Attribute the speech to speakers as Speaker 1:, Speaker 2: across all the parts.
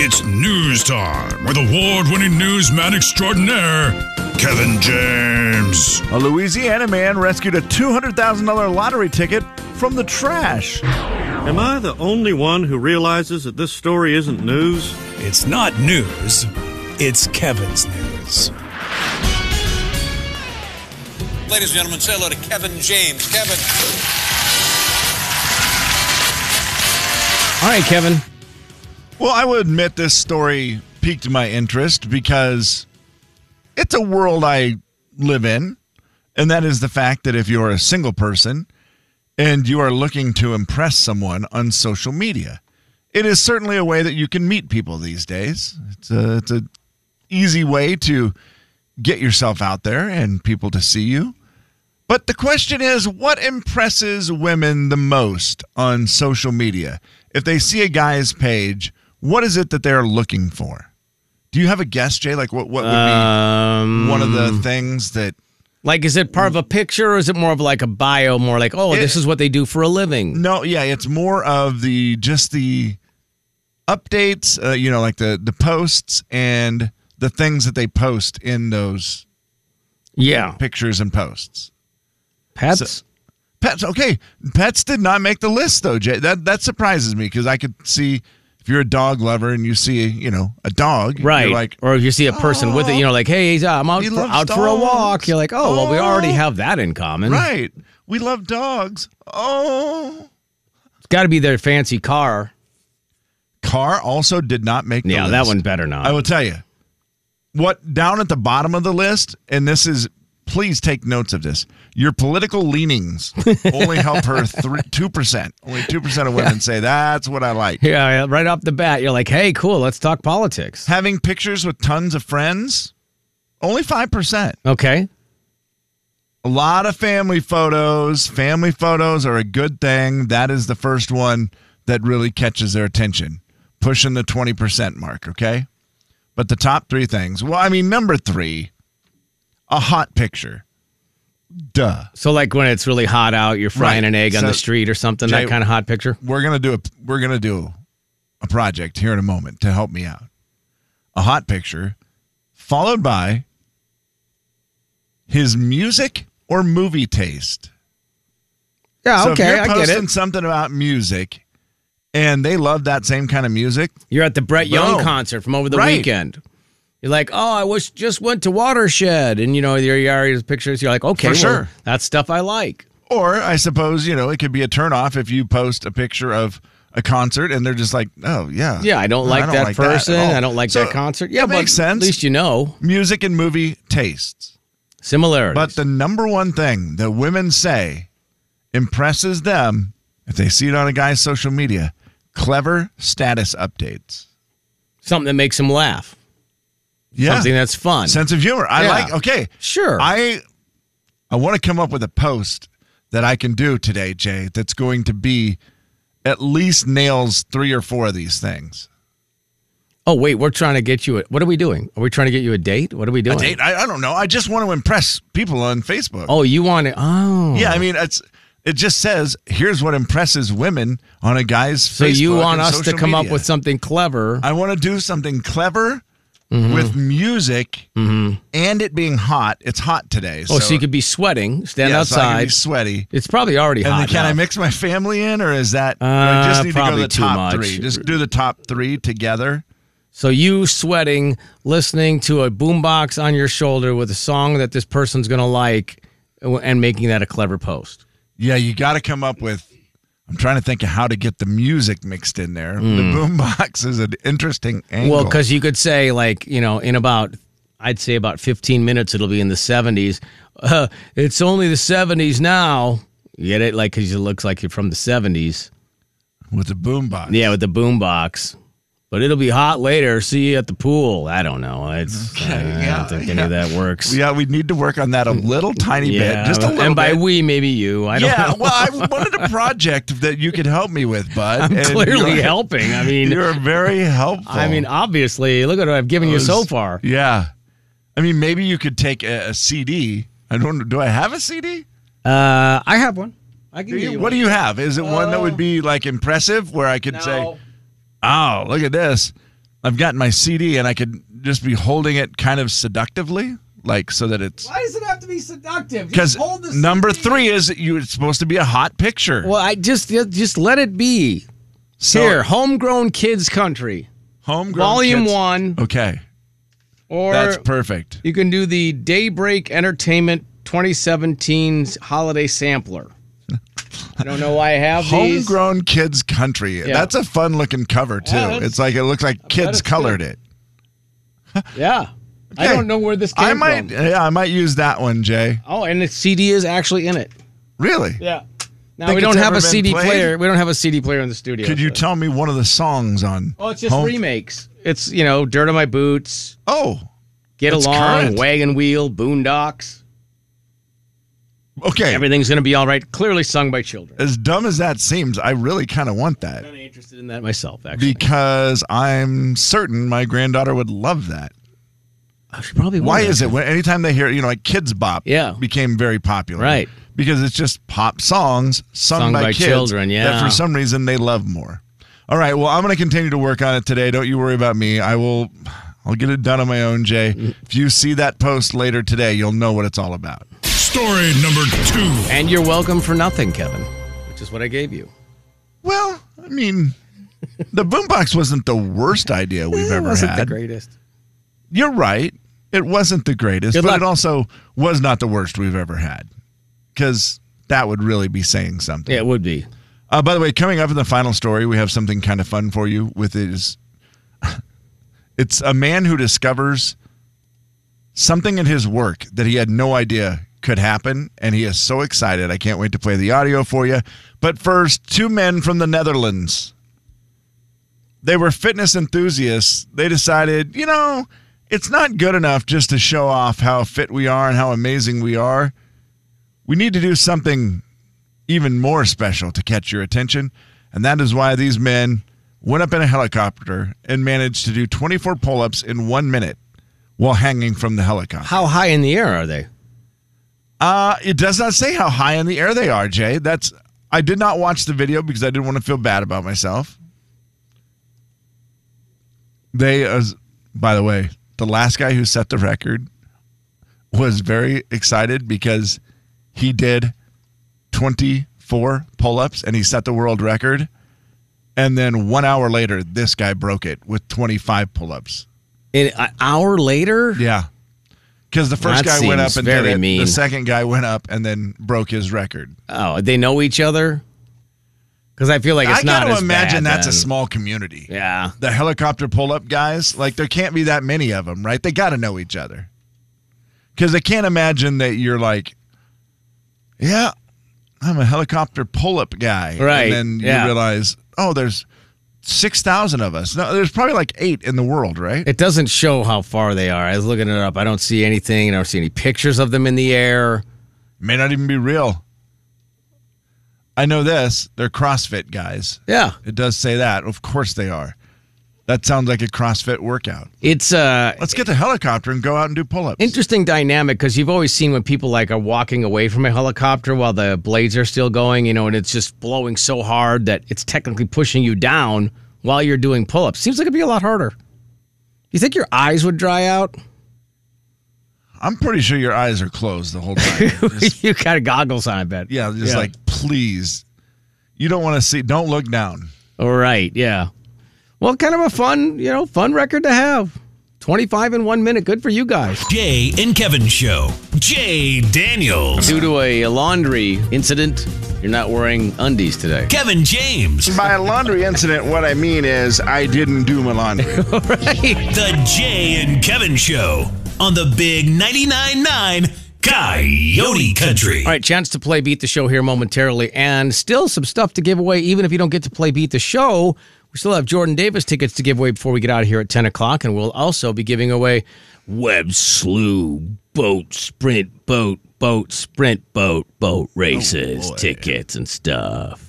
Speaker 1: It's news time with award winning newsman extraordinaire, Kevin James.
Speaker 2: A Louisiana man rescued a $200,000 lottery ticket from the trash.
Speaker 3: Am I the only one who realizes that this story isn't news?
Speaker 4: It's not news, it's Kevin's news.
Speaker 5: Ladies and gentlemen, say hello to Kevin James. Kevin.
Speaker 6: All right, Kevin.
Speaker 2: Well, I will admit this story piqued my interest because it's a world I live in. And that is the fact that if you're a single person and you are looking to impress someone on social media, it is certainly a way that you can meet people these days. It's a, it's a easy way to get yourself out there and people to see you. But the question is, what impresses women the most on social media? If they see a guy's page, what is it that they're looking for? Do you have a guess, Jay? Like, what, what would be
Speaker 6: Um,
Speaker 2: one of the things that.
Speaker 6: Like, is it part of a picture or is it more of like a bio? More like, oh, this
Speaker 2: It-
Speaker 6: is what they do for a living.
Speaker 2: No, yeah, it's more of the just the updates, uh, you know, like the, the posts and the things that they post in those
Speaker 6: Yeah.
Speaker 2: pictures and posts.
Speaker 6: Pets?
Speaker 2: Pets, okay. Pets did not make the list though, Jay. That that surprises me because I could see if you're a dog lover and you see, you know, a dog,
Speaker 6: right.
Speaker 2: You're like, "Oh,
Speaker 6: or if you see a person with it, you know, like, hey, he's, uh, I'm out,
Speaker 2: He
Speaker 6: for,
Speaker 2: loves
Speaker 6: out for a walk.
Speaker 2: dogs.
Speaker 6: You're like, oh, well, we already
Speaker 2: Oh.
Speaker 6: have that in common.
Speaker 2: right, we love dogs. Oh,
Speaker 6: It's got to be their fancy car.
Speaker 2: car also did not make. The
Speaker 6: Yeah,
Speaker 2: list.
Speaker 6: that one better not.
Speaker 2: I will tell you what down at the bottom of the list, and this is. Please take notes of this. Your political leanings only help her two percent. Only two percent of women say that's what I like.
Speaker 6: yeah, yeah, right off the bat, you're like, hey, cool, let's talk politics.
Speaker 2: having pictures with tons of friends only 5%
Speaker 6: Okay.
Speaker 2: a lot of family photos family photos are a good thing that is the first one that really catches their attention pushing the 20% mark okay but the top three things well i mean number three a hot picture duh
Speaker 6: So, like, when it's really hot out, you're frying
Speaker 2: Right.
Speaker 6: an egg on
Speaker 2: So-
Speaker 6: the street or something,
Speaker 2: Jay-
Speaker 6: that kind of hot picture.
Speaker 2: we're gonna do a we're gonna do a project here in a moment to help me out. A hot picture, followed by his music or movie taste.
Speaker 6: Yeah,
Speaker 2: so if
Speaker 6: okay,
Speaker 2: you're
Speaker 6: I get
Speaker 2: posting
Speaker 6: it.
Speaker 2: something about music, and they love that same kind of music.
Speaker 6: You're at the Brett Young
Speaker 2: Bro.
Speaker 6: concert from over the
Speaker 2: Right.
Speaker 6: weekend. You're like, oh, I was just went to Watershed, and you know, there you are, his pictures. You're like, okay,
Speaker 2: For
Speaker 6: well,
Speaker 2: sure.
Speaker 6: that's stuff I like.
Speaker 2: Or I suppose you know it could be a turnoff if you post a picture of a concert and they're just like, oh yeah,
Speaker 6: Yeah, I don't like that
Speaker 2: at
Speaker 6: person.
Speaker 2: all.
Speaker 6: I don't like
Speaker 2: So
Speaker 6: that concert. Yeah,
Speaker 2: that
Speaker 6: but
Speaker 2: makes sense.
Speaker 6: At least you know
Speaker 2: music and movie tastes.
Speaker 6: similarities.
Speaker 2: But the number one thing that women say impresses them if they see it on a guy's social media clever status updates.
Speaker 6: something that makes him laugh,
Speaker 2: Yeah.
Speaker 6: something that's fun.
Speaker 2: Sense of humor. I
Speaker 6: Yeah.
Speaker 2: like, okay.
Speaker 6: Sure.
Speaker 2: I I want to come up with a post that I can do today, Jay, that's going to be at least nails three or four of these things.
Speaker 6: oh wait, we're trying to get you. A, what are we doing? Are we trying to get you a date? What are we
Speaker 2: A
Speaker 6: doing?
Speaker 2: date? I, I don't know. I just want to impress people on Facebook.
Speaker 6: Oh, you want it? Oh,
Speaker 2: Yeah, I mean, it's it just says here's what impresses women on a guy's.
Speaker 6: So you
Speaker 2: Facebook
Speaker 6: want
Speaker 2: and
Speaker 6: us to
Speaker 2: social
Speaker 6: come up
Speaker 2: media.
Speaker 6: with something clever?
Speaker 2: I want to do something clever
Speaker 6: Mm-hmm.
Speaker 2: with music and it being hot. It's hot today.
Speaker 6: oh, so, you could be sweating, stand
Speaker 2: yeah, so I can be
Speaker 6: outside.
Speaker 2: sweaty.
Speaker 6: it's probably already
Speaker 2: And
Speaker 6: hot.
Speaker 2: then can I
Speaker 6: enough.
Speaker 2: mix my family in, or is that I
Speaker 6: Uh,
Speaker 2: just need to go to
Speaker 6: probably
Speaker 2: the
Speaker 6: too
Speaker 2: top
Speaker 6: much.
Speaker 2: three? Just do the top three together.
Speaker 6: So you sweating, listening to a boombox on your shoulder with a song that this person's gonna like, and making that a clever post.
Speaker 2: Yeah, you got to come up with. I'm trying to think of how to get the music mixed in there. The boombox is an interesting angle.
Speaker 6: Well, because you could say like you know in about I'd say about 15 minutes it'll be in the 70s. Uh, it's only the 70s now. You Get it? Like because it looks like you're from the 70s.
Speaker 2: with the boombox,
Speaker 6: Yeah, with the boombox. But it'll be hot later. See you at the pool. I don't know. It's, I don't
Speaker 2: yeah,
Speaker 6: think any of that works.
Speaker 2: yeah, we need to work on that a little tiny bit, just a little.
Speaker 6: and by
Speaker 2: bit.
Speaker 6: we, maybe you. I don't
Speaker 2: yeah,
Speaker 6: know.
Speaker 2: well, I wanted a project that you could help me with, bud.
Speaker 6: I'm
Speaker 2: and
Speaker 6: clearly
Speaker 2: you're-
Speaker 6: helping. I mean,
Speaker 2: You're very helpful.
Speaker 6: I mean, obviously, look at what I've given you so far.
Speaker 2: yeah. I mean, maybe you could take a, a CD. I don't. Do I have a CD?
Speaker 6: Uh, I have one. I can give you Oh.
Speaker 2: What
Speaker 6: one.
Speaker 2: do you have? Is it one that would be like impressive, where I could say,
Speaker 6: No.
Speaker 2: "Oh, look at this," I've gotten my CD and I could just be holding it kind of seductively, like so that it's
Speaker 7: Why does it have to be seductive?
Speaker 2: because
Speaker 7: Just hold the
Speaker 2: number
Speaker 7: CD.
Speaker 2: three is you it's supposed to be a hot picture.
Speaker 6: Well, I just just let it be.
Speaker 2: So-
Speaker 6: Here, homegrown kids country,
Speaker 2: homegrown
Speaker 6: volume
Speaker 2: kids-
Speaker 6: one,
Speaker 2: Okay,
Speaker 6: or
Speaker 2: that's perfect.
Speaker 6: you can do the Daybreak Entertainment 2017 holiday sampler. I don't know why I have these.
Speaker 2: Homegrown kids country. That's a fun looking cover too.
Speaker 6: Yeah, that's-
Speaker 2: it's like it looks like kids
Speaker 6: it's
Speaker 2: colored it.
Speaker 6: Yeah, I
Speaker 2: Okay.
Speaker 6: don't know where this came
Speaker 2: I might,
Speaker 6: from.
Speaker 2: yeah, I might use that one, Jay.
Speaker 6: Oh, and the CD is actually in it.
Speaker 2: Really?
Speaker 6: Yeah. Now
Speaker 2: Think
Speaker 6: we don't
Speaker 2: it's
Speaker 6: have
Speaker 2: ever
Speaker 6: a
Speaker 2: been
Speaker 6: CD
Speaker 2: played?
Speaker 6: player. We don't have a CD player in the studio.
Speaker 2: Could you
Speaker 6: so-
Speaker 2: tell me one of the songs on?
Speaker 6: Oh, it's just
Speaker 2: Home-
Speaker 6: remakes. It's you know, dirt on my boots,
Speaker 2: Oh,
Speaker 6: get
Speaker 2: That's
Speaker 6: along,
Speaker 2: current.
Speaker 6: wagon wheel, boondocks.
Speaker 2: okay.
Speaker 6: Everything's gonna be all right. Clearly sung by children.
Speaker 2: as dumb as that seems, I really kind of want that
Speaker 6: I'm interested in that myself. Actually,
Speaker 2: because I'm certain my granddaughter would love that.
Speaker 6: I should probably.
Speaker 2: Why
Speaker 6: wonder.
Speaker 2: is it when anytime they hear, you know, like Kids Bop
Speaker 6: Yeah.
Speaker 2: became very popular?
Speaker 6: Right.
Speaker 2: Because it's just pop songs sung
Speaker 6: Sung
Speaker 2: by,
Speaker 6: by
Speaker 2: kids
Speaker 6: children,
Speaker 2: that
Speaker 6: yeah.
Speaker 2: for some reason they love more. All right, well, I'm going to continue to work on it today. Don't you worry about me. I will I'll get it done on my own, Jay.
Speaker 6: Mm.
Speaker 2: If you see that post later today, you'll know what it's all about.
Speaker 1: Story number two.
Speaker 6: And you're welcome for nothing, Kevin, which is what I gave you.
Speaker 2: Well, I mean, the boombox wasn't the worst idea we've ever
Speaker 6: wasn't
Speaker 2: had.
Speaker 6: the greatest.
Speaker 2: You're right. It wasn't the greatest,
Speaker 6: Good
Speaker 2: but
Speaker 6: luck.
Speaker 2: it also was not the worst we've ever had. Because that would really be saying something.
Speaker 6: Yeah, it would be.
Speaker 2: Uh, by the way, coming up in the final story, we have something kind of fun for you. With is, it's a man who discovers something in his work that he had no idea could happen, and he is so excited. I can't wait to play the audio for you. But first, two men from the Netherlands. They were fitness enthusiasts. They decided, you know, it's not good enough just to show off how fit we are and how amazing we are. We need to do something even more special to catch your attention. And that is why these men went up in a helicopter and managed to do 24 pull ups in one minute while hanging from the helicopter.
Speaker 6: How high in the air are they?
Speaker 2: Uh, it does not say how high in the air they are, Jay. That's I did not watch the video because I didn't want to feel bad about myself. They, uh, by the way, the last guy who set the record was very excited because he did 24 pull ups and he set the world record. And then one hour later, this guy broke it with 25 pull ups.
Speaker 6: In, an hour later?
Speaker 2: Yeah. Because the first
Speaker 6: That
Speaker 2: guy went up
Speaker 6: seems
Speaker 2: and
Speaker 6: very
Speaker 2: did it.
Speaker 6: mean.
Speaker 2: The second guy went up and then broke his record.
Speaker 6: Oh, they know each other? Because I feel like it's
Speaker 2: I
Speaker 6: not
Speaker 2: gotta
Speaker 6: as
Speaker 2: imagine
Speaker 6: bad
Speaker 2: that's a
Speaker 6: then.
Speaker 2: small community.
Speaker 6: Yeah.
Speaker 2: The helicopter pull up guys, like there can't be that many of them, right? They got to know each other. Because I can't imagine that you're like, yeah, I'm a helicopter pull up guy.
Speaker 6: Right,
Speaker 2: And then
Speaker 6: yeah.
Speaker 2: you realize, oh, there's 6,000 of us. No, there's probably like eight in the world, right?
Speaker 6: It doesn't show how far they are. I was looking it up. I don't see anything. I don't see any pictures of them in the air.
Speaker 2: May not even be real. I know this. They're CrossFit guys.
Speaker 6: Yeah.
Speaker 2: It does say that. Of course they are. That sounds like a CrossFit workout.
Speaker 6: It's uh
Speaker 2: Let's get the helicopter and go out and do pull ups.
Speaker 6: interesting dynamic because you've always seen when people like are walking away from a helicopter while the blades are still going, you know, and it's just blowing so hard that it's technically pushing you down while you're doing pull-ups. Seems like it'd be a lot harder. You think your eyes would dry out?
Speaker 2: I'm pretty sure your eyes are closed the whole time. Just-
Speaker 6: you got goggles on, I bet.
Speaker 2: yeah, just like, please. You don't want to see, don't look down.
Speaker 6: All right, yeah. Well, kind of a fun, you know, fun record to have. 25 in one minute. Good for you guys.
Speaker 4: Jay and Kevin Show. Jay Daniels.
Speaker 6: Due to a laundry incident, you're not wearing undies today.
Speaker 4: Kevin James.
Speaker 2: By a laundry incident, what I mean is I didn't do my laundry.
Speaker 4: The Jay and Kevin Show on the Big 99.9 9 Coyote Country.
Speaker 6: All right, chance to play Beat the Show here momentarily, and still some stuff to give away. Even if you don't get to play Beat the Show, we still have Jordan Davis tickets to give away before we get out of here at 10 o'clock, and we'll also be giving away Web Slew Boat Sprint Boat Boat Sprint Boat Boat Races tickets and stuff.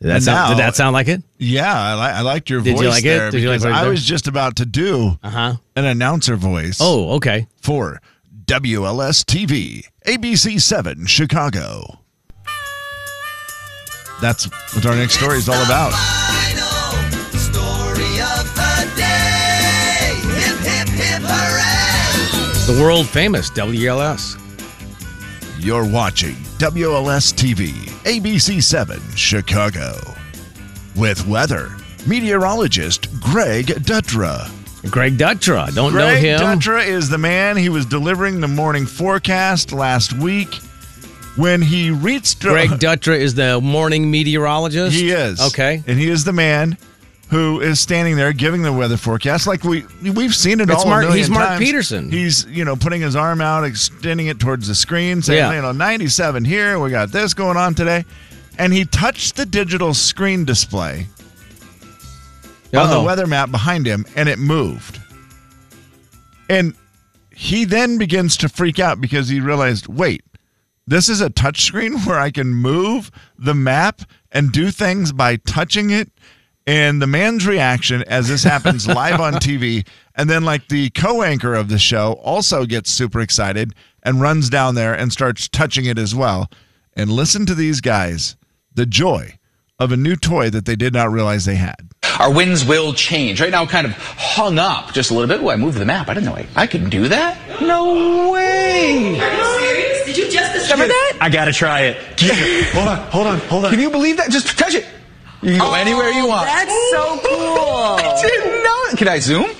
Speaker 6: Did that,
Speaker 2: And
Speaker 6: sound, did
Speaker 2: now-
Speaker 6: that sound like it?
Speaker 2: yeah, I, li- I liked your
Speaker 6: Did you
Speaker 2: voice.
Speaker 6: like it?
Speaker 2: there
Speaker 6: Did you like
Speaker 2: because
Speaker 6: what I
Speaker 2: I
Speaker 6: did?
Speaker 2: was just about to do
Speaker 6: Uh huh.
Speaker 2: an announcer voice
Speaker 6: Oh, okay.
Speaker 2: for WLS TV, ABC7, Chicago. That's what our next story is all about.
Speaker 8: Final story of the day.
Speaker 6: the world famous WLS.
Speaker 2: You're watching WLS TV, ABC 7, Chicago. With weather, meteorologist Greg Dutra.
Speaker 6: Greg Dutra, don't
Speaker 2: Greg
Speaker 6: know him.
Speaker 2: Dutra is the man. He was delivering the morning forecast last week when he reached.
Speaker 6: Greg Dutra is the morning meteorologist.
Speaker 2: He is
Speaker 6: Okay.
Speaker 2: and he is the man who is standing there giving the weather forecast. Like we we've seen it
Speaker 6: It's
Speaker 2: all. a
Speaker 6: Mark-
Speaker 2: million
Speaker 6: he's Mark
Speaker 2: times.
Speaker 6: Peterson.
Speaker 2: He's you know putting his arm out, extending it towards the screen, saying
Speaker 6: Yeah.
Speaker 2: you know 97 here. We got this going on today, and he touched the digital screen display on the
Speaker 6: Uh-oh.
Speaker 2: weather map behind him, and it moved. And he then begins to freak out because he realized, wait, this is a touchscreen where I can move the map and do things by touching it. And the man's reaction as this happens live on TV, and then like the co-anchor of the show also gets super excited and runs down there and starts touching it as well. And listen to these guys, the joy of a new toy that they did not realize they had.
Speaker 7: Our winds will change. Right now, kind of hung up just a little bit. Oh, I moved the map. I didn't know I, I could do that. No way.
Speaker 8: Are you serious? Did you just discover that?
Speaker 7: I gotta try it. hold on, hold on, hold on. Can you believe that? Just touch it. You can go anywhere you want.
Speaker 8: Oh, That's so
Speaker 7: I
Speaker 8: cool.
Speaker 7: didn't know it. Can I zoom?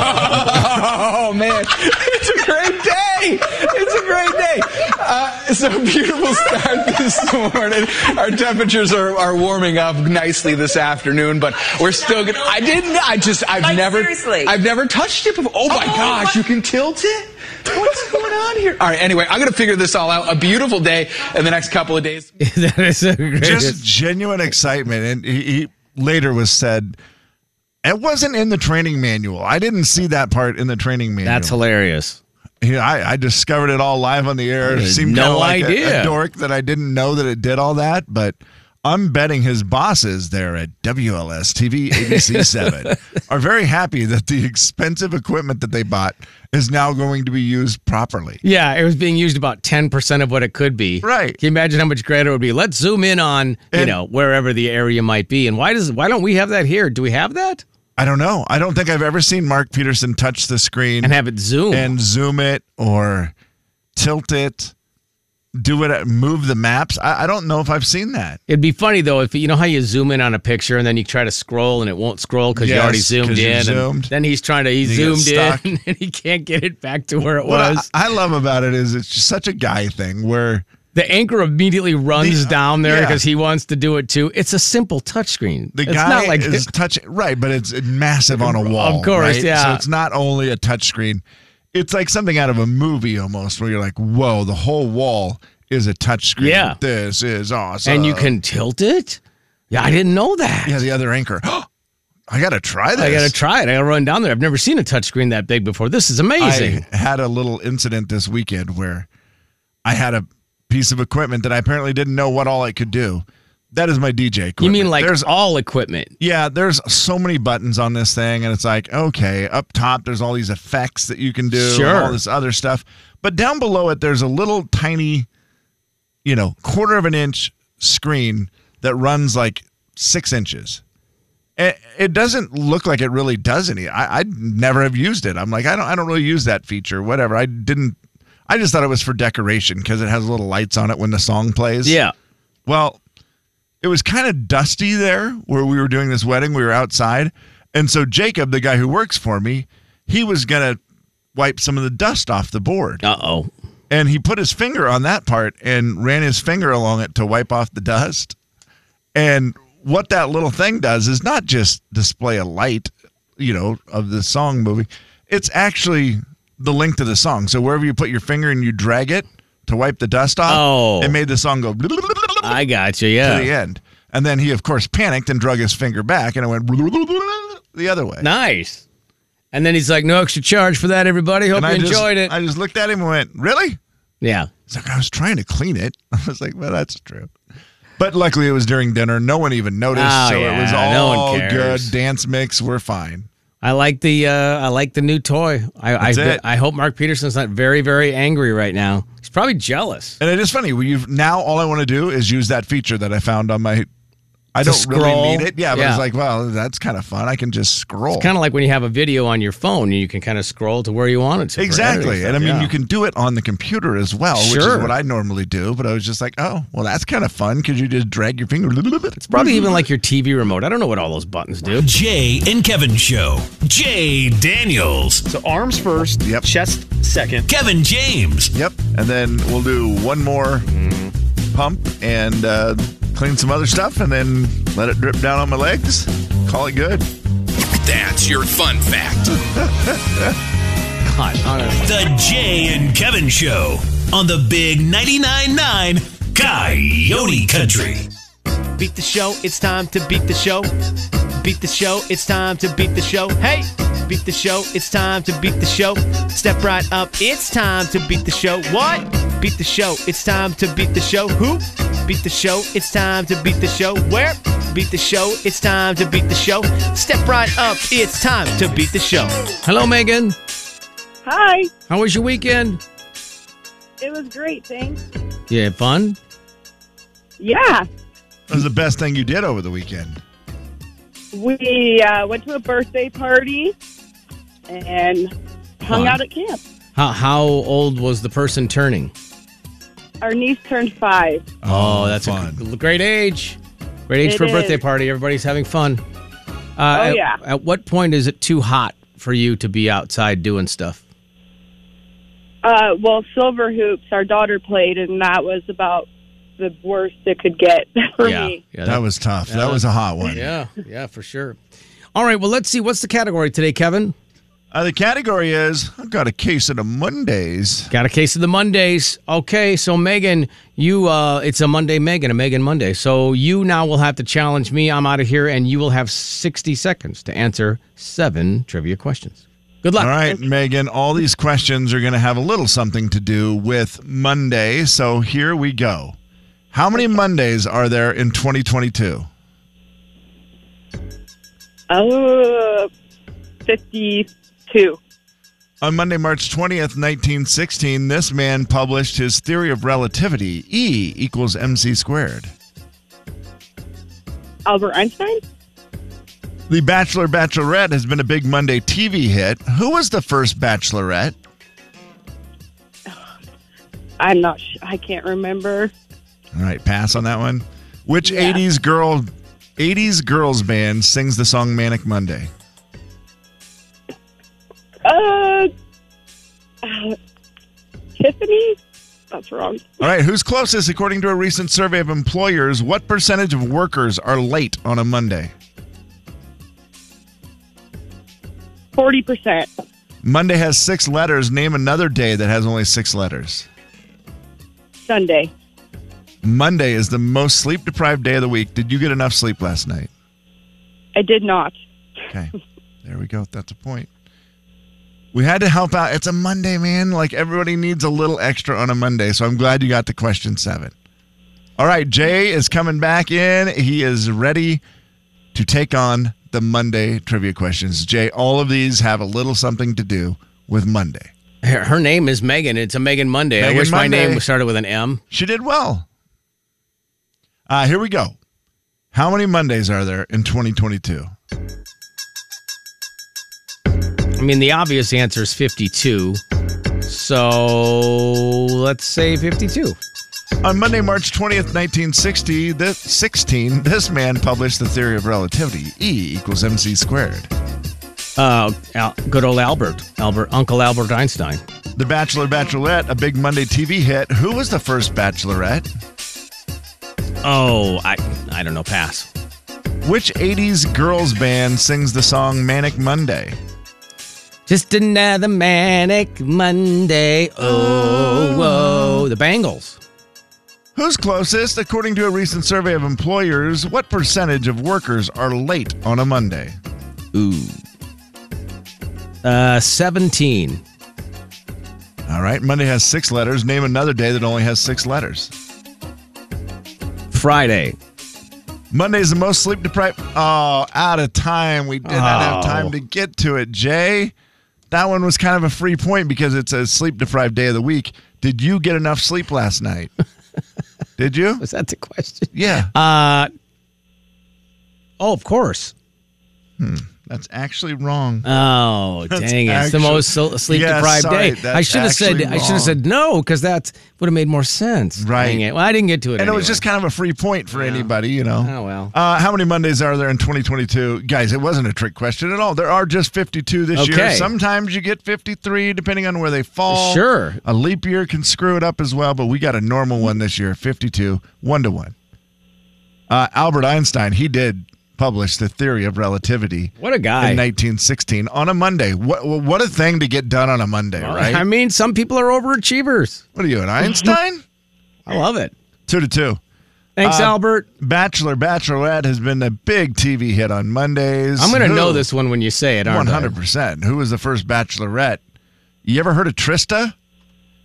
Speaker 7: Oh, man, it's a great day. It's a great day. Uh, it's a beautiful start this morning. Our temperatures are, are warming up nicely this afternoon, but we're still gonna. I didn't. I just. I've
Speaker 8: Like,
Speaker 7: never.
Speaker 8: seriously.
Speaker 7: I've never touched it before. Oh my
Speaker 8: Oh,
Speaker 7: gosh,
Speaker 8: my-
Speaker 7: you can tilt it. What's going on here? All right. Anyway, I'm gonna figure this all out. A beautiful day in the next couple of days.
Speaker 6: that is a great.
Speaker 2: just genuine excitement. And he, he later was said, it wasn't in the training manual. I didn't see that part in the training manual.
Speaker 6: that's hilarious.
Speaker 2: He- I, I discovered it all live on the air. It
Speaker 6: had
Speaker 2: seemed
Speaker 6: no
Speaker 2: kinda like a- A,
Speaker 6: idea.
Speaker 2: dork that I didn't know that it did all that, but. I'm betting his bosses there at WLS TV ABC 7 are very happy that the expensive equipment that they bought is now going to be used properly.
Speaker 6: Yeah, it was being used about ten percent of what it could be.
Speaker 2: Right.
Speaker 6: Can you imagine how much greater it would be? Let's zoom in on you
Speaker 2: And-
Speaker 6: know wherever the area might be, and why does why don't we have that here? Do we have that
Speaker 2: I don't know. I don't think I've ever seen Mark Peterson touch the screen
Speaker 6: and have it zoom?
Speaker 2: and zoom it or tilt it, do it, move the maps. I, I don't know if I've seen that.
Speaker 6: It'd be funny though if you know how you zoom in on a picture and then you try to scroll and it won't scroll because you
Speaker 2: Yes,
Speaker 6: already zoomed
Speaker 2: 'cause you
Speaker 6: in. and
Speaker 2: zoomed.
Speaker 6: Then he's trying to he
Speaker 2: gets
Speaker 6: zoomed
Speaker 2: stuck.
Speaker 6: in and he can't get it back to where it
Speaker 2: What I,
Speaker 6: was.
Speaker 2: I love about it is it's just such a guy thing where
Speaker 6: the anchor immediately runs
Speaker 2: The- uh,
Speaker 6: down there
Speaker 2: yeah.
Speaker 6: because he wants to do it too. It's a simple touchscreen.
Speaker 2: the
Speaker 6: it's
Speaker 2: guy
Speaker 6: not like
Speaker 2: is touching right, but it's massive on a wall.
Speaker 6: course,
Speaker 2: right? So
Speaker 6: yeah.
Speaker 2: it's not only a touchscreen; it's like something out of a movie almost, where you're like, "Whoa, the whole wall is a touchscreen."
Speaker 6: Yeah.
Speaker 2: this is awesome.
Speaker 6: and you can tilt it. Yeah, I didn't know that.
Speaker 2: yeah, the other anchor. I gotta try this.
Speaker 6: I gotta try it. I gotta run down there. I've never seen a touchscreen that big before. This is amazing.
Speaker 2: I had a little incident this weekend where I had a piece of equipment that I apparently didn't know what all it could do. That is my DJ equipment.
Speaker 6: you mean like
Speaker 2: there's
Speaker 6: all equipment?
Speaker 2: yeah, there's so many buttons on this thing, and it's like, okay, up top there's all these effects that you can do, and
Speaker 6: Sure.
Speaker 2: all this other stuff. But down below it, there's a little tiny, you know, quarter of an inch screen that runs like six inches. It, it doesn't look like it really does any. I, I never have used it. I'm like, I don't, I don't really use that feature. Whatever. I didn't. I just thought it was for decoration because it has little lights on it when the song plays.
Speaker 6: Yeah.
Speaker 2: Well, it was kind of dusty there where we were doing this wedding. We were outside. And so Jacob, the guy who works for me, he was going to wipe some of the dust off the board.
Speaker 6: Uh oh.
Speaker 2: And he put his finger on that part and ran his finger along it to wipe off the dust. And what that little thing does is not just display a light, you know, of the song movie. It's actually the length of the song. So wherever you put your finger and you drag it to wipe the dust off,
Speaker 6: Oh.
Speaker 2: it made the song go
Speaker 6: I got you. Yeah.
Speaker 2: to the end. And then he, of course, panicked and drug his finger back, and it went the other way.
Speaker 6: Nice. And then he's like, "No extra charge for that, everybody. Hope
Speaker 2: and
Speaker 6: you
Speaker 2: I just-
Speaker 6: enjoyed it."
Speaker 2: I just looked at him and went, "Really?"
Speaker 6: yeah.
Speaker 2: He's like, "I was trying to clean it." I was like, "Well, that's true." But luckily, it was during dinner. No one even noticed,
Speaker 6: Oh,
Speaker 2: so it was
Speaker 6: yeah, no one
Speaker 2: all good.
Speaker 6: cares.
Speaker 2: Dance mix, we're fine.
Speaker 6: I like the uh, I like the new toy. I
Speaker 2: That's
Speaker 6: I,
Speaker 2: it.
Speaker 6: I hope Mark Peterson's not very very angry right now. He's probably jealous.
Speaker 2: And it is funny. We've now all I want to do is use that feature that I found on my I
Speaker 6: to
Speaker 2: don't really
Speaker 6: scroll.
Speaker 2: need it. Yeah, but
Speaker 6: Yeah.
Speaker 2: it's like, well, that's kind of fun. I can just scroll.
Speaker 6: Kind of like when you have a video on your phone and you can kind of scroll to where you want it to. for
Speaker 2: exactly.
Speaker 6: editing
Speaker 2: And I mean,
Speaker 6: stuff.
Speaker 2: you can do it on the computer as well, which is
Speaker 6: Sure.
Speaker 2: what I normally do. But I was just like, oh, well, that's kind of fun because you just drag your finger. It's
Speaker 6: Probably even like your TV remote. I don't know what all those buttons do.
Speaker 4: Jay and Kevin Show. Jay Daniels.
Speaker 9: So arms first,
Speaker 2: Yep.
Speaker 9: chest second.
Speaker 4: Kevin James.
Speaker 2: Yep. And then we'll do one more
Speaker 6: Mm-hmm.
Speaker 2: pump and uh, clean some other stuff and then let it drip down on my legs. Call it good.
Speaker 10: That's your fun fact.
Speaker 6: God, honestly.
Speaker 4: The Jay and Kevin Show on the Big 99.9 9 Coyote Country.
Speaker 9: Beat the show, it's time to beat the show. Beat the show, it's time to beat the show. Hey! Beat the show, it's time to beat the show. Step right up, it's time to beat the show. What? Beat the show, it's time to beat the show. Who? Beat the show, it's time to beat the show. Where? Beat the show, it's time to beat the show. Step right up, it's time to beat the show.
Speaker 6: Hello, Megan.
Speaker 11: Hi.
Speaker 6: How was your weekend?
Speaker 11: It was great. Thanks.
Speaker 6: You had fun?
Speaker 11: Yeah.
Speaker 2: That was the best thing you did over the weekend.
Speaker 11: We uh, went to a birthday party and hung
Speaker 6: Fun.
Speaker 11: out at camp.
Speaker 6: How, how old was the person turning?
Speaker 11: Our niece turned five.
Speaker 6: Oh, that's
Speaker 2: fun.
Speaker 6: a g- great age. Great age
Speaker 11: It
Speaker 6: for a birthday
Speaker 11: is.
Speaker 6: party. Everybody's having fun. Uh, oh, at,
Speaker 11: yeah.
Speaker 6: At what point is it too hot for you to be outside doing stuff?
Speaker 11: Uh, well, Silver Hoops, our daughter played, and that was about the worst it could get for
Speaker 6: yeah.
Speaker 11: me.
Speaker 6: Yeah,
Speaker 2: That was tough. That was a hot one.
Speaker 6: yeah, yeah, for sure. All right, well, let's see. What's the category today, Kevin?
Speaker 2: Uh, the category is I've got a case of the Mondays.
Speaker 6: Got a case of the Mondays. Okay, so Megan, you uh it's a Monday Megan, a Megan Monday. So you now will have to challenge me. I'm out of here and you will have 60 seconds to answer 7 trivia questions. Good luck.
Speaker 2: All right, Megan, all these questions are going to have a little something to do with Monday. So here we go. How many Mondays are there in 2022?
Speaker 11: Oh, 52.
Speaker 2: On Monday, March 20th, 1916, this man published his theory of relativity E equals mc squared.
Speaker 11: Albert Einstein?
Speaker 2: The Bachelor Bachelorette has been a big Monday TV hit. Who was the first Bachelorette?
Speaker 11: I'm not sh- I can't remember.
Speaker 2: All right, pass on that one. Which 80s girl 80s girls band sings the song Manic Monday?
Speaker 11: Uh, uh, Tiffany? That's wrong.
Speaker 2: All right, who's closest according to a recent survey of employers? What percentage of workers are late on a Monday?
Speaker 11: 40%.
Speaker 2: Monday has 6 letters. Name another day that has only 6 letters.
Speaker 11: Sunday.
Speaker 2: Monday is the most sleep deprived day of the week. Did you get enough sleep last night?
Speaker 11: I did not.
Speaker 2: Okay. There we go. That's a point. We had to help out. It's a Monday, man. Like everybody needs a little extra on a Monday. So I'm glad you got the question seven. All right. Jay is coming back in. He is ready to take on the Monday trivia questions. Jay, all of these have a little something to do with Monday.
Speaker 6: Her, her name is Megan. It's a Megan Monday.
Speaker 2: Megan
Speaker 6: I wish
Speaker 2: Monday.
Speaker 6: my name started with an M.
Speaker 2: She did well. Uh, here we go. How many Mondays are there in 2022?
Speaker 6: I mean, the obvious answer is 52. So let's say 52.
Speaker 2: On Monday, March 20th, 1960, this, 16, this man published the theory of relativity, E equals mc squared.
Speaker 6: Uh, Al- good old Albert, Albert, Uncle Albert Einstein.
Speaker 2: The Bachelor Bachelorette, a big Monday TV hit. Who was the first Bachelorette?
Speaker 6: Oh, I, I don't know. Pass.
Speaker 2: Which 80s girls band sings the song Manic Monday?
Speaker 6: Just another manic Monday. Oh, whoa. The Bangles.
Speaker 2: Who's closest? According to a recent survey of employers, what percentage of workers are late on a Monday?
Speaker 6: Ooh. Uh, 17.
Speaker 2: All right, Monday has six letters. Name another day that only has six letters.
Speaker 6: Friday.
Speaker 2: Monday's the most sleep deprived. Oh, out of time. We did not have time to get to it, Jay. That one was kind of a free point because it's a sleep deprived day of the week. Did you get enough sleep last night? did you?
Speaker 6: Uh, Was that the question?
Speaker 2: Yeah.
Speaker 6: Uh, Oh, of course.
Speaker 2: Hmm. That's actually wrong.
Speaker 6: Oh,
Speaker 2: That's
Speaker 6: dang it! It's the
Speaker 2: actu-
Speaker 6: most sleep
Speaker 2: Yeah,
Speaker 6: deprived
Speaker 2: sorry,
Speaker 6: day.
Speaker 2: that's
Speaker 6: I should have said.
Speaker 2: actually
Speaker 6: I should
Speaker 2: wrong.
Speaker 6: have said no because that would have made more sense. Right. Dang it. Well, I didn't get to it.
Speaker 2: and it
Speaker 6: anyway.
Speaker 2: was just kind of a free point for anybody, you know.
Speaker 6: Oh well.
Speaker 2: Uh, how many Mondays are there in 2022? Guys, it wasn't a trick question at all. There are just 52 this year.
Speaker 6: Okay.
Speaker 2: Sometimes you get 53 depending on where they fall.
Speaker 6: Sure.
Speaker 2: A leap year can screw it up as well, but we got a normal one this year 52, one to one. Uh, Albert Einstein, he did publish the theory of relativity.
Speaker 6: What a guy.
Speaker 2: In 1916 on a Monday. What, what a thing to get done on a Monday, right?
Speaker 6: I mean, some people are overachievers.
Speaker 2: What are you, an Einstein?
Speaker 6: I love it.
Speaker 2: Two to two.
Speaker 6: Thanks,
Speaker 2: Uh,
Speaker 6: Albert.
Speaker 2: Bachelor, Bachelorette has been a big TV hit on Mondays.
Speaker 6: I'm going to
Speaker 2: Who-
Speaker 6: know this one when you say it, aren't I?
Speaker 2: 100%. Who was the first Bachelorette? You ever heard of Trista?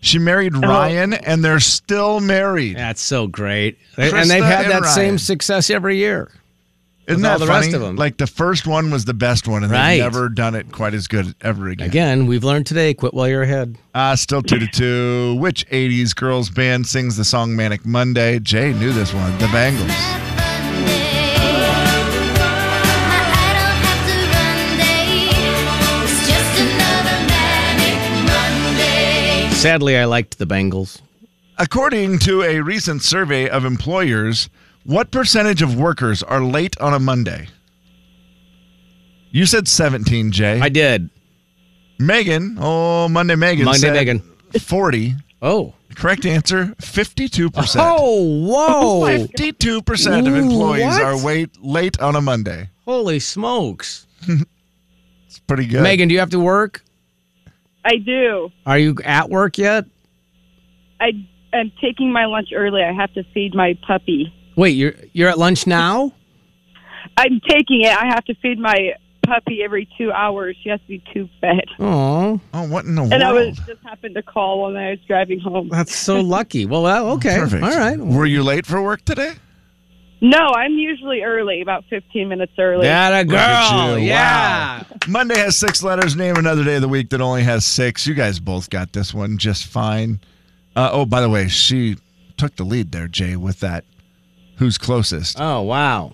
Speaker 2: She married Ryan, and they're still married.
Speaker 6: That's so great. and they've had that same success every year.
Speaker 2: Isn't
Speaker 6: with
Speaker 2: that
Speaker 6: all the
Speaker 2: funny?
Speaker 6: rest of them.
Speaker 2: Like the first one was the best one, and
Speaker 6: Right.
Speaker 2: they've never done it quite as good ever again.
Speaker 6: Again, we've learned today quit while you're ahead.
Speaker 2: Uh, still two to two. Which '80s girls band sings the song "Manic Monday"? Jay knew this one. The Bangles.
Speaker 6: Sadly, I liked the Bengals.
Speaker 2: According to a recent survey of employers, what percentage of workers are late on a Monday? You said 17, Jay. I
Speaker 6: did.
Speaker 2: Megan, oh, Monday Megan.
Speaker 6: Monday
Speaker 2: said
Speaker 6: Megan.
Speaker 2: 40.
Speaker 6: Oh.
Speaker 2: Correct answer 52%.
Speaker 6: Oh, whoa.
Speaker 2: 52% of employees
Speaker 6: What?
Speaker 2: are wait, late on a Monday.
Speaker 6: Holy smokes.
Speaker 2: It's pretty good.
Speaker 6: Megan, do you have to work?
Speaker 11: I do.
Speaker 6: Are you at work yet?
Speaker 11: I am taking my lunch early. I have to feed my puppy.
Speaker 6: Wait, you're you're at lunch now?
Speaker 11: I'm taking it. I have to feed my puppy every two hours. She has to be too fed.
Speaker 6: Oh.
Speaker 2: Oh, what in the world?
Speaker 11: And I was just happened to call when I was driving home.
Speaker 6: That's so lucky. Well, well, okay.
Speaker 2: Perfect.
Speaker 6: All right.
Speaker 2: Were you late for work today?
Speaker 11: No, I'm usually early, about 15 minutes early.
Speaker 6: That a
Speaker 2: Look at
Speaker 6: girl.
Speaker 2: you.
Speaker 6: Yeah.
Speaker 2: Wow. Monday has six letters. Name another day of the week that only has six. You guys both got this one just fine. Uh, oh, by the way, she took the lead there, Jay, with that. Who's closest?
Speaker 6: Oh, wow.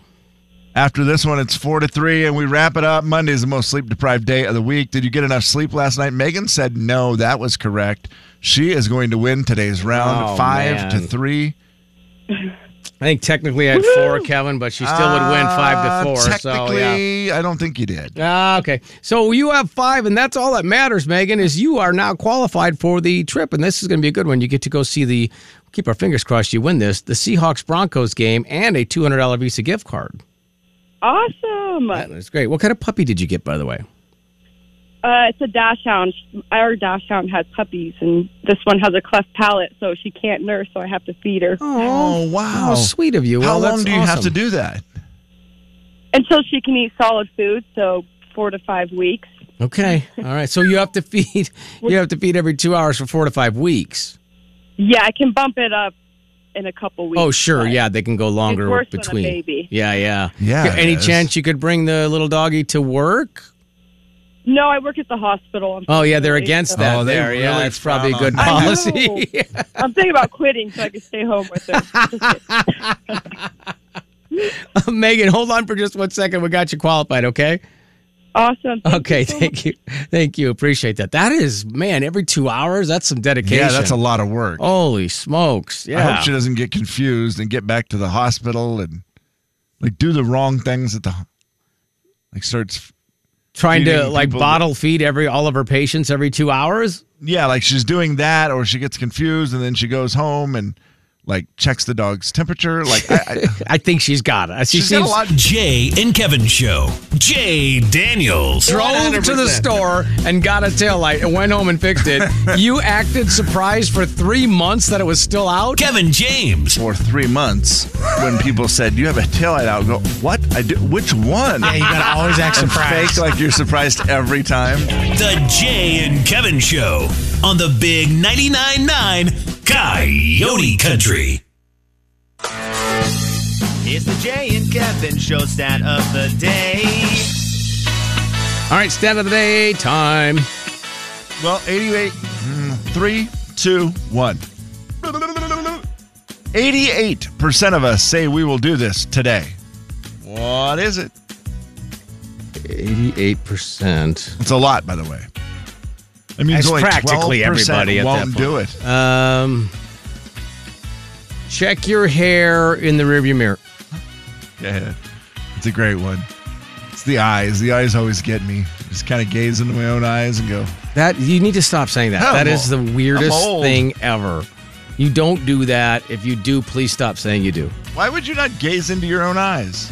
Speaker 2: After this one, it's four to three, and we wrap it up. Monday is the most sleep deprived day of the week. Did you get enough sleep last night? Megan said no. That was correct. She is going to win today's round,
Speaker 6: Oh,
Speaker 2: five to
Speaker 6: man.
Speaker 2: three.
Speaker 6: I think technically I had four, Kevin, but she still would win five to four. so, yeah.
Speaker 2: Technically, I don't think you did.
Speaker 6: Ah, okay. So you have five, and that's all that matters, Megan, is you are now qualified for the trip. And this is going to be a good one. You get to go see the, keep our fingers crossed you win this, the Seahawks Broncos game and a $200 Visa gift card.
Speaker 11: Awesome.
Speaker 6: That's great. What kind of puppy did you get, by the way?
Speaker 11: Uh, it's a dashhound. Our dashhound has puppies, and this one has a cleft palate, so she can't nurse, so I have to feed her
Speaker 2: Oh, wow.
Speaker 6: How sweet of you.
Speaker 2: How
Speaker 6: Well,
Speaker 2: long
Speaker 6: that's
Speaker 2: do you have to
Speaker 6: awesome.
Speaker 2: do that?
Speaker 11: until she can eat solid food. So four to five weeks.
Speaker 6: Okay. All right. So you have to feed, you have to feed every two hours for four to five weeks.
Speaker 11: Yeah, I can bump it up in a couple weeks.
Speaker 6: Oh, sure. Yeah. They can go longer
Speaker 11: worse than a
Speaker 6: between.
Speaker 11: baby.
Speaker 6: Yeah. Yeah.
Speaker 2: Yeah, it
Speaker 6: Any
Speaker 2: is.
Speaker 6: chance you could bring the little doggy to work?
Speaker 11: No, I work at the hospital.
Speaker 6: Oh yeah, they're against that.
Speaker 2: Oh, they
Speaker 6: there, yeah,
Speaker 2: really
Speaker 6: that's probably a
Speaker 2: frown
Speaker 6: good
Speaker 2: on
Speaker 11: that.
Speaker 6: policy.
Speaker 11: I'm thinking about quitting so I can stay home with her.
Speaker 6: Megan, hold on for just one second. We got you qualified, okay?
Speaker 11: awesome. Thank
Speaker 6: okay,
Speaker 11: you so
Speaker 6: thank you, thank you. Appreciate that. That is, man, every two hours. That's some dedication.
Speaker 2: Yeah, that's a lot of work.
Speaker 6: Holy smokes! Yeah,
Speaker 2: I hope she doesn't get confused and get back to the hospital and like do the wrong things at the like starts
Speaker 6: trying to
Speaker 2: feeding
Speaker 6: like
Speaker 2: people-
Speaker 6: bottle feed every all of her patients every two hours.
Speaker 2: yeah like she's doing that or she gets confused and then she goes home and like checks the dog's temperature like I,
Speaker 6: I think she's got it. She
Speaker 2: She's got a
Speaker 6: seems
Speaker 2: lot-
Speaker 4: Jay and Kevin Show. Jay Daniels.
Speaker 6: drove to the
Speaker 4: 100%.
Speaker 6: store and got a taillight and went home and fixed it. you acted surprised for three months that it was still out.
Speaker 4: Kevin James.
Speaker 2: I, for three months when people said you have a taillight out go what I do which one
Speaker 9: Yeah, you gotta always act
Speaker 2: and
Speaker 9: surprised.
Speaker 2: fake like you're surprised every time
Speaker 4: The Jay and Kevin Show on the Big 99.9 9 Coyote Country.
Speaker 9: It's the Jay and Kevin show stat of the day.
Speaker 6: All right, stat of the day time.
Speaker 2: Well, 88. mm, Three, two, one. 88% of us say we will do this today. What is it?
Speaker 6: 88%.
Speaker 2: It's a lot, by the way. I mean,
Speaker 6: That's
Speaker 2: only
Speaker 6: practically
Speaker 2: 12%
Speaker 6: everybody at that
Speaker 2: won't do
Speaker 6: point.
Speaker 2: it.
Speaker 6: Um, check your hair in the rearview mirror.
Speaker 2: Yeah, it's a great one. It's the eyes. The eyes always get me. Just kind of gaze into my own eyes and go.
Speaker 6: That you need to stop saying that.
Speaker 2: I'm
Speaker 6: That is
Speaker 2: old.
Speaker 6: the weirdest
Speaker 2: Oh, I'm old.
Speaker 6: thing ever. You don't do that. If you do, please stop saying you do.
Speaker 2: Why would you not gaze into your own eyes?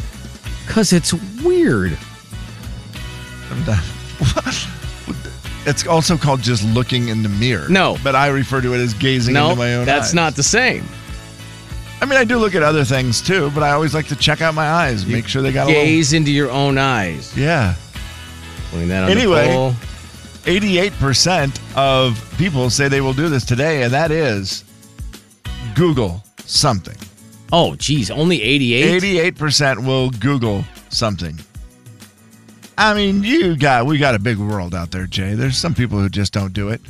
Speaker 6: Cause it's weird.
Speaker 2: I'm done. it's also called just looking in the mirror.
Speaker 6: No.
Speaker 2: but I refer to it as gazing
Speaker 6: No,
Speaker 2: into my own.
Speaker 6: that's
Speaker 2: eyes.
Speaker 6: not the same.
Speaker 2: I mean, I do look at other things too, but I always like to check out my eyes, make sure they got
Speaker 6: Gaze into your own eyes.
Speaker 2: a little. Yeah.
Speaker 6: Putting that on
Speaker 2: Anyway.
Speaker 6: the poll.
Speaker 2: 88% of people say they will do this today, and that is Google something.
Speaker 6: Oh, geez, only 88.
Speaker 2: 88% will Google something. I mean, you got we got a big world out there, Jay. There's some people who just don't do it.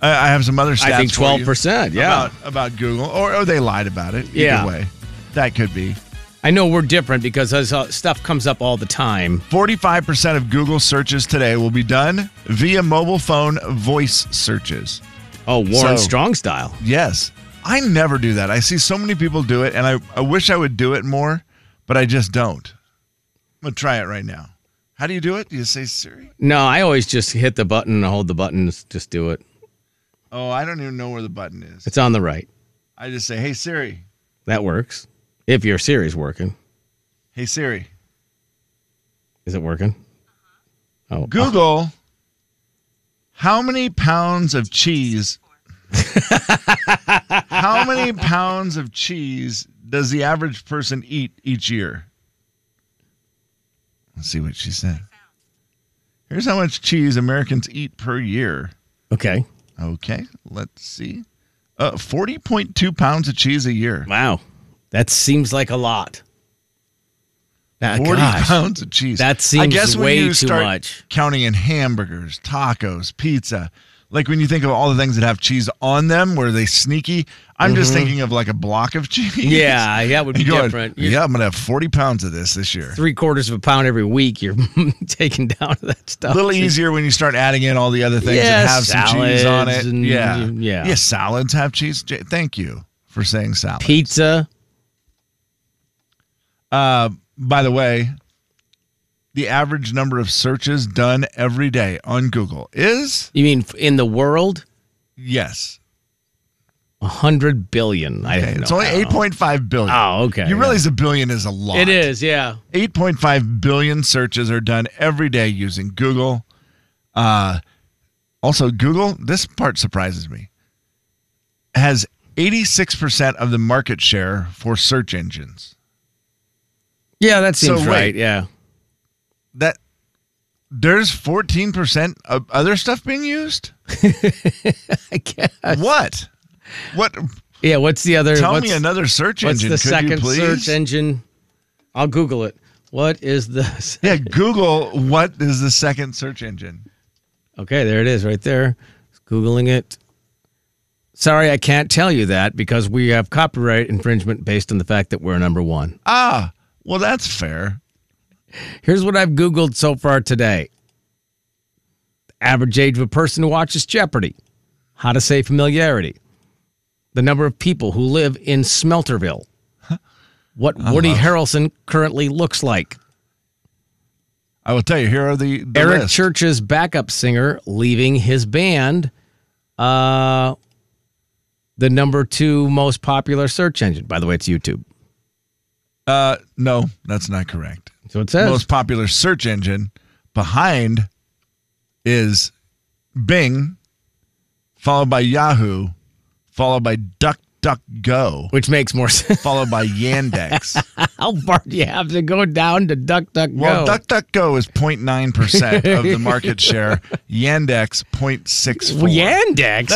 Speaker 2: I, I have some other stats.
Speaker 6: I think
Speaker 2: for you
Speaker 6: 12%, yeah.
Speaker 2: about, about Google, or, or they lied about it. Either
Speaker 6: Yeah.
Speaker 2: way, that could be.
Speaker 6: I know we're different because us- uh, stuff comes up all the time.
Speaker 2: 45% of Google searches today will be done via mobile phone voice searches.
Speaker 6: Oh, Warren
Speaker 2: So-
Speaker 6: Strong style.
Speaker 2: Yes. I never do that. I see so many people do it, and I, I wish I would do it more, but I just don't. I'm going to try it right now. How do you do it? Do you say Siri?
Speaker 6: No, I always just hit the button and hold the button. Just do it.
Speaker 2: Oh, I don't even know where the button is.
Speaker 6: It's on the right.
Speaker 2: I just say, hey, Siri.
Speaker 6: That works. If your Siri's working,
Speaker 2: Hey, Siri.
Speaker 6: is it working? Oh,
Speaker 2: Google, how many pounds of cheese? how many pounds of cheese does the average person eat each year? Let's see what she said. Here's how much cheese Americans eat per year.
Speaker 6: okay.
Speaker 2: Okay, let's see. Uh, 40.2 pounds of cheese a year.
Speaker 6: Wow, that seems like a lot. That,
Speaker 2: 40
Speaker 6: gosh.
Speaker 2: pounds of cheese.
Speaker 6: That
Speaker 2: I
Speaker 6: seems
Speaker 2: guess when
Speaker 6: way
Speaker 2: you
Speaker 6: too
Speaker 2: start
Speaker 6: much.
Speaker 2: Counting in hamburgers, tacos, pizza, like when you think of all the things that have cheese on them, were they sneaky? I'm just thinking of like a block of cheese.
Speaker 6: Mm-hmm. Yeah, that would be
Speaker 2: You're going,
Speaker 6: different. You're
Speaker 2: yeah, I'm gonna have 40 pounds of this this year.
Speaker 6: three quarters of a pound every week. You're taking down that
Speaker 2: A
Speaker 6: stuff.
Speaker 2: little easier when you start adding in all the other things
Speaker 6: Yeah,
Speaker 2: that have some cheese on it.
Speaker 6: salads and-
Speaker 2: yeah,
Speaker 6: yeah.
Speaker 2: yeah. Salads have cheese. J- Thank you for saying salad.
Speaker 6: Pizza.
Speaker 2: Uh, by the way, the average number of searches done every day on Google is
Speaker 6: You mean f- in the world?
Speaker 2: yes,
Speaker 6: A hundred billion. I
Speaker 2: Okay,
Speaker 6: don't
Speaker 2: it's
Speaker 6: know.
Speaker 2: only
Speaker 6: I don't
Speaker 2: eight
Speaker 6: know.
Speaker 2: point five billion.
Speaker 6: Oh, okay,
Speaker 2: You
Speaker 6: yeah.
Speaker 2: realize a billion is a lot.
Speaker 6: It is, yeah.
Speaker 2: Eight point five billion searches are done every day using Google. Uh, also, Google. This part surprises me. Has eighty six percent of the market share for search engines.
Speaker 6: Yeah, that
Speaker 2: So
Speaker 6: seems
Speaker 2: wait.
Speaker 6: right. Yeah.
Speaker 2: That there's fourteen percent of other stuff being used.
Speaker 6: I guess.
Speaker 2: what? What?
Speaker 6: Yeah, what's the other
Speaker 2: Tell
Speaker 6: what's,
Speaker 2: me another search
Speaker 6: what's
Speaker 2: engine.
Speaker 6: the
Speaker 2: could you
Speaker 6: second
Speaker 2: please?
Speaker 6: search engine? I'll Google it. What is the se-
Speaker 2: Yeah, Google. What is the second search engine?
Speaker 6: Okay, there it is right there. Googling it. Sorry, I can't tell you that because we have copyright infringement based on the fact that we're number one.
Speaker 2: Ah, well, that's fair.
Speaker 6: Here's what I've Googled so far today average age of a person who watches Jeopardy, how to say familiarity, the number of people who live in Smelterville, what
Speaker 2: Oh,
Speaker 6: Woody Harrelson currently looks like,
Speaker 2: I will tell you. Here are the, the
Speaker 6: Eric
Speaker 2: list.
Speaker 6: Church's backup singer leaving his band, uh, the number two most popular search engine. By the way, it's YouTube.
Speaker 2: Uh, no, that's not correct.
Speaker 6: So it says.
Speaker 2: Most popular search engine behind is Bing, followed by Yahoo, followed by DuckDuckGo,
Speaker 6: which makes more sense.
Speaker 2: followed by Yandex.
Speaker 6: How far do you have to go down to DuckDuckGo?
Speaker 2: well, DuckDuckGo is 0.9 percent of the market share. Yandex 0.64.
Speaker 6: Yandex.